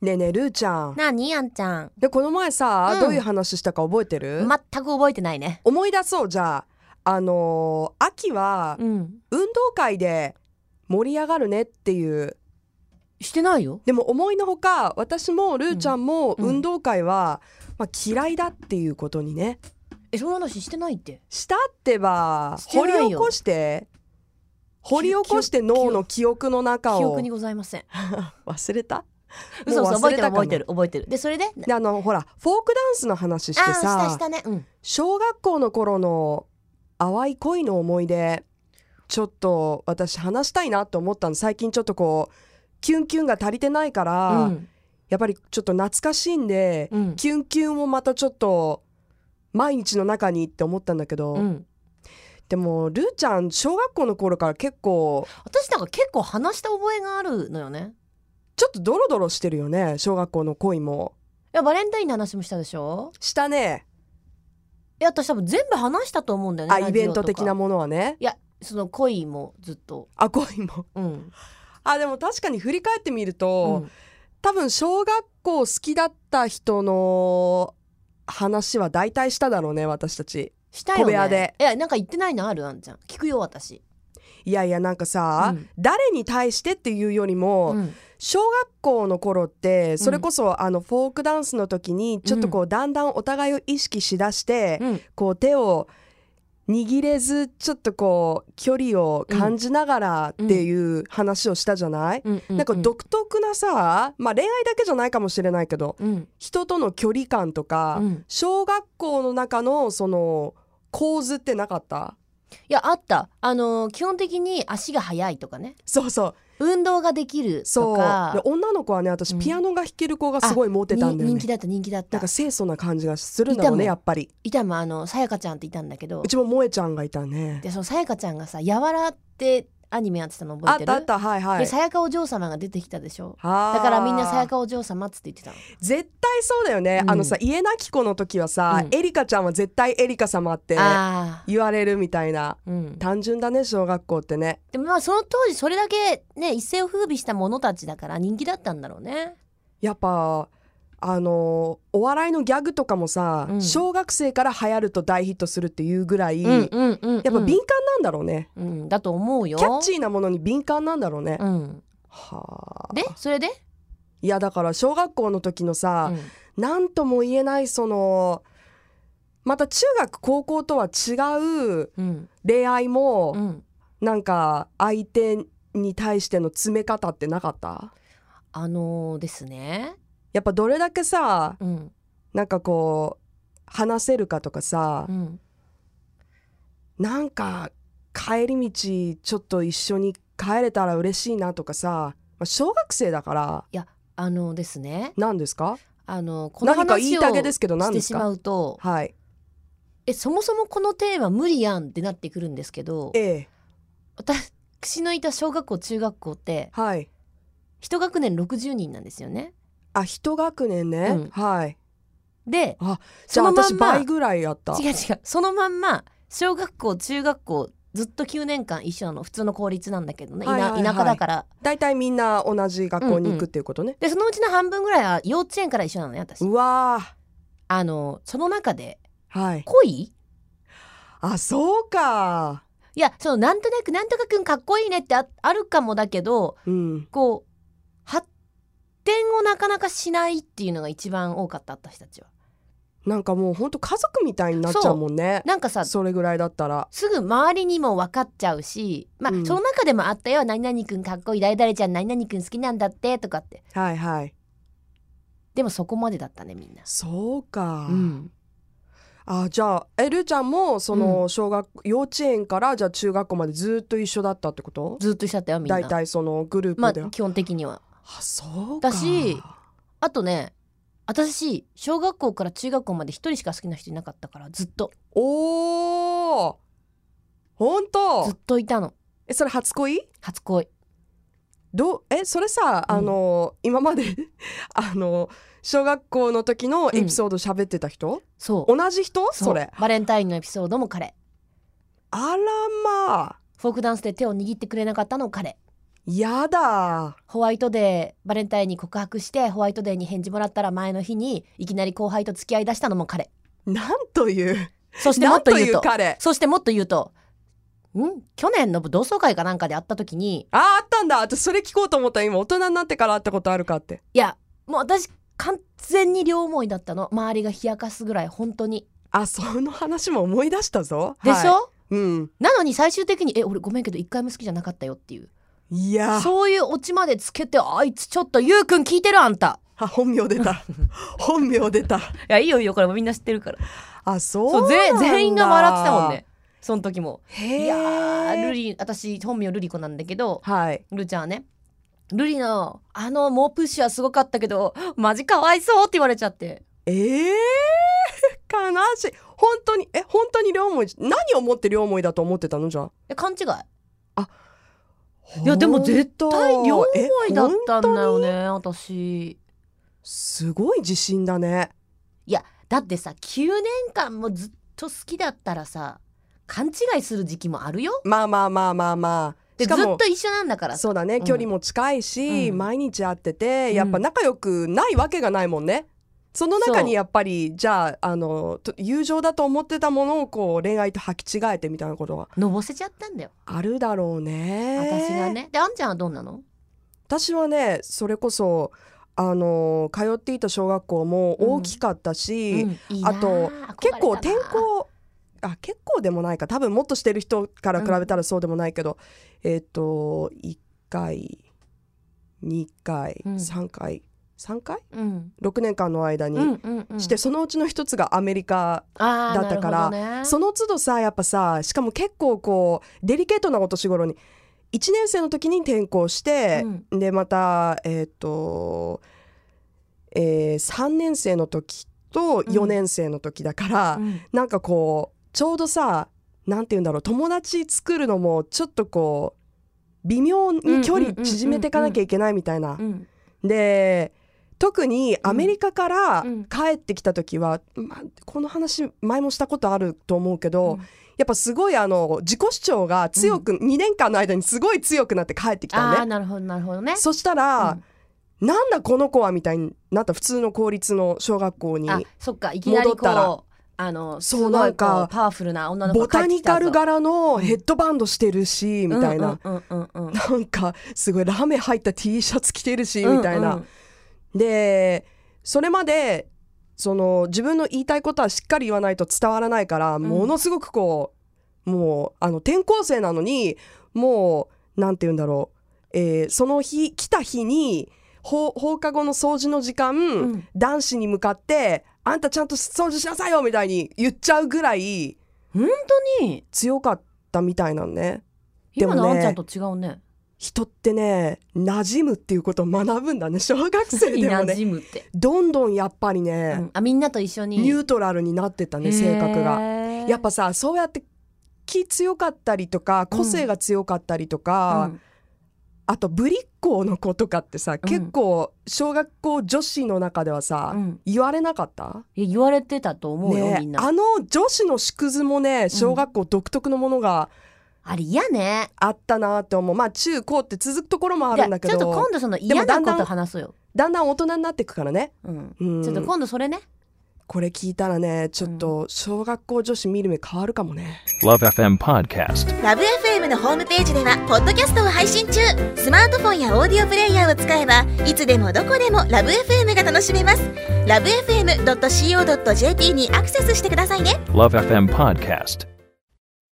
ねえねえるーちゃんなあにあんちゃんでこの前さ、うんどういう話したか覚えてる、全く覚えてないね思い出そうじゃああのー秋はうん運動会で盛り上がるねっていうしてないよでも思いのほか私もるーちゃんもうんうん運動会は、まあ、嫌いだっていうことにねえその話してないってしたってばして掘ないりよ起こして掘り起こして脳の記憶の中記を憶にございません忘れた 嘘も嘘う覚忘えれてたるかも覚えてる覚えてるでそれであであのほらフォークダンスの話してーしたさしたねうん小学校の頃の淡い恋の思い出ちょっと私話したいなと思ったの最近ちょっとこうキュンキュンが足りてないから、うんやっぱりちょっと懐かしいんで、うんキュンキュンをまたちょっと毎日の中にって思ったんだけど、うんでもルーちゃん小学校の頃から結構私なんか結構話した覚えがあるのよねちょっとドロドロしてるよね小学校の恋もいやバレンタインの話もしたでしょしたねいや私多分全部話したと思うんだよねあラジイオベント的なとかものはねその恋もずっとあ恋もうんあでも確かに振り返ってみるうと、ん多分小学校好きだった人の話は大体しただろうね私たちしたよね小部屋でいやなんか言ってないのあるあんちゃん聞くよ私いやいやなんかさ、うん誰に対してっていうよりも、うん小学校の頃ってそれこそ、あのフォークダンスの時にちょっとこう、だんだんお互いを意識しだして、うんこう手を握れずちょっとこう距離を感じながらっていう話をしたじゃない、うんうなんか独特なさ、まあ、恋愛だけじゃないかもしれないけどうん人との距離感とか、うん小学校の中のその構図ってなかったいやあったあのー基本的に足が速いとかねそうそう運動ができるそとうでか女の子はね私うんピアノが弾ける子がすごいモテたんにだよ人ね気だった人気だっなんたか清楚な感じがするんだろうねいたもんやっぱりいたもんあのさやかちゃんっていたんだけどうちも萌えちゃんがいたねでそのさやかちゃんがさ「やわら」ってアニメやってたの覚あえってるたあったはいはでいさやかお嬢様が出てきたでしょだだからみんなさやかお嬢様っつって言ってたの絶対そうだよね、うんあのさ家なき子の時はさ、うんエリカちゃんは絶対エリカ様ってああ言われるみたいなうん、単純だね小学校ってねでもまあその当時それだけね一世を風靡した者たちだから人気だったんだろうねやっぱあのお笑いのギャグとかもさ、うん小学生から流行ると大ヒットするっていうぐらい、うんうんうんうんやっぱ敏感なんだろうね、うんだと思うよキャッチーなものに敏感なんだろうね、うんはあでそれで、いやだから小学校の時のうさ、んなんとも言えないそのまた中学高校とは違ううん恋愛も、うん、なんか相手に対しての詰め方ってなかったあのーですね、やっぱどれだけさうんなんかこう話せるかとかさう、ん、なんか帰り道ちょっと一緒に帰れたら嬉しいなとかさ、まあ、小学生だからあのーですね何ですかあのーこの何か言い話をたげですけどし何てですしまかうとはいえそもそもこのテーマ無理やんってなってくるんですけどええ私のいた小学校中学校ってはい一学年60人なんですよね。あ一学年ね、うんはいであじそゃあのまんま私倍ぐらいやった違う違うそのまんま小学校中学校ずっと9年間一緒なの普通の公立なんだけどね、はいはいはい田田舎だから大体みんな同じ学校に行くっていうことね、でそのうちの半分ぐらいは幼稚園から一緒なのねう私。わあのーその中でーはい恋あそうかいやそのなんとなくなんとかくんかっこいいねってああるかもだけどうんこう発展をなかなかしないっていうのが一番多かった私たちは。なんかもうほんと家族みたいになっちゃうもんねなんかそされぐらいだったらすぐ周りにも分かっちゃうしまあ、うんその中でもあったよ何々くんかっこいい誰々ちゃん何々くん好きなんだってとかってはいはいでもそこまでだったねみんな。そうか、うん、あじゃあえるーちゃんもその小学、幼稚園からじゃあ中学校までずっと一緒だったってことずっとしちゃったよみんな。大体そのグループまあでは、基本的には。あそうかだしあとね私小学校から中学校まで一人しか好きな人いなかったからずっとおおほんずっとといたのえそれ初恋初恋。どうえそれさあの、今まで あの小学校の時のエピソード喋ってた人、そう同じ人それうバレンタインのエピソードも彼あらまあフォークダンスで手を握ってくれなかったのも彼やだホワイトデーバレンタインに告白してホワイトデーに返事もらったら前の日にいきなり後輩と付き合い出したのも彼なんというそしてもなっんとと言ういうと彼そしてもっと言うとん去年の同窓会かなんかで会った時にあああったんだ私それ聞こうと思った今大人になってから会ったことあるかっていやもう私完全に両思いだったの周りが冷やかすぐらい本当にあその話も思い出したぞでしょ、はいうんなのに最終的に「え俺ごめんけど一回も好きじゃなかったよ」っていういやーそういうオチまでつけてあいつちょっとゆうくん聞いてるあんたあ本名出 た本名出たいやいいよいいよこれみんな知ってるからあそうそうぜなんだ全員が笑ってたもんねその時もへいえやールリ私本名ルリ子なんだけどはいルちゃんはねルリのあの猛プッシュはすごかったけどマジかわいそうって言われちゃってええー、 悲しい本当にえ本当に両思い何をもって両思いだと思ってたのじゃあえ勘違いいいやでも絶対両思いだったんだよねね私すごい自信だねだってさ9年間もずっと好きだったらさ勘違いする時期もあるよまあまあまあまあまあでしずかっもと一緒なんだからそうだねん距離も近いし、うん毎日会っててうんやっぱ仲良くないわけがないもんね、その中にやっぱりじゃああのと友情だと思ってたものをこう恋愛と履き違えてみたいなことはのぼせちゃったんだよ、あるだろうね私がねであんちゃんはどうなの私はねそれこそあの通っていた小学校も大きかったし、うんいいなあと結構憧れ転たな校あ結構でもないか多分もっとしてる人から比べたらそうでもないけど、えっ、と1回2回、うん3回3回うん、 6年間の間うんにうんうんして、そのうちの一つがアメリカ、あーだったからなるほどねその都度さやっぱさしかも結構こうデリケートなお年頃に1年生の時に転校して、でまたえっ、と、え3年生の時と4年生の時だから、うんうんなんかこうちょうどさなんて言うんだろう友達作るのもちょっとこう微妙に距離縮めていかなきゃいけないみたいなう。んで特にアメリカからうん帰ってきた時は、まあ、この話前もしたことあると思うけど、うんやっぱすごいあの自己主張が強く、2年間の間にすごい強くなって帰ってきあたーのね。なるほどなるほどねそしたら、なんだこの子はみたいになった普通の公立の小学校うんにあそっかいきなり戻ったらこうあのそすうごいなんかこうパワフルな女の子ボがタ帰ってニきたカぞル柄のヘッドバンドしてるし、みたいな、うんうんうんうんなんかすごいラメ入った T シャツ着てるし、うんみたいな、うんでそれまでその自分の言いたいことはしっかり言わないと伝わらないから、んものすごくこうもうあの転校生なのにもうなんて言うんだろう、えーその日来た日に放放課後の掃除の時間、うん男子に向かって「あんたちゃんと掃除しなさいよ」みたいに言っちゃうぐらい本当に強かったみたいなんね。今でのもあねんちゃんと違うね人ってね馴染むっていうことを学ぶんだね小学生 いいでもなねジムってどんどんやっぱりうね、んあみんなと一緒にニュートラルになってったね性格が。へーやっぱさそうやって気強かったりとか個性が強かったりとか、うんあとぶりっ子の子とかってさ、結構小学校女子の中ではさ、うん言われなかったいや言われてたと思うよみんねなあの女子の縮図もね小学校独特のものがあれ嫌ねあったなって思うまあ中高って続くところもあるんだけじゃあちょっとど今度そので嫌もだなんだこんと話そうよだんだん大人になっていくからね。うんうんちょっと今度それねこれ聞いたらねちょっと小学校女子見る目変わるかもね Love FM Podcast. ラブ f m のホームページではポッドキャストを配信中スマートフォンやオーディオプレイヤーを使えばいつでもどこでもラブ f m が楽しめますラブ FM.co.jp にアクセスしてくださいね Love FM Podcast.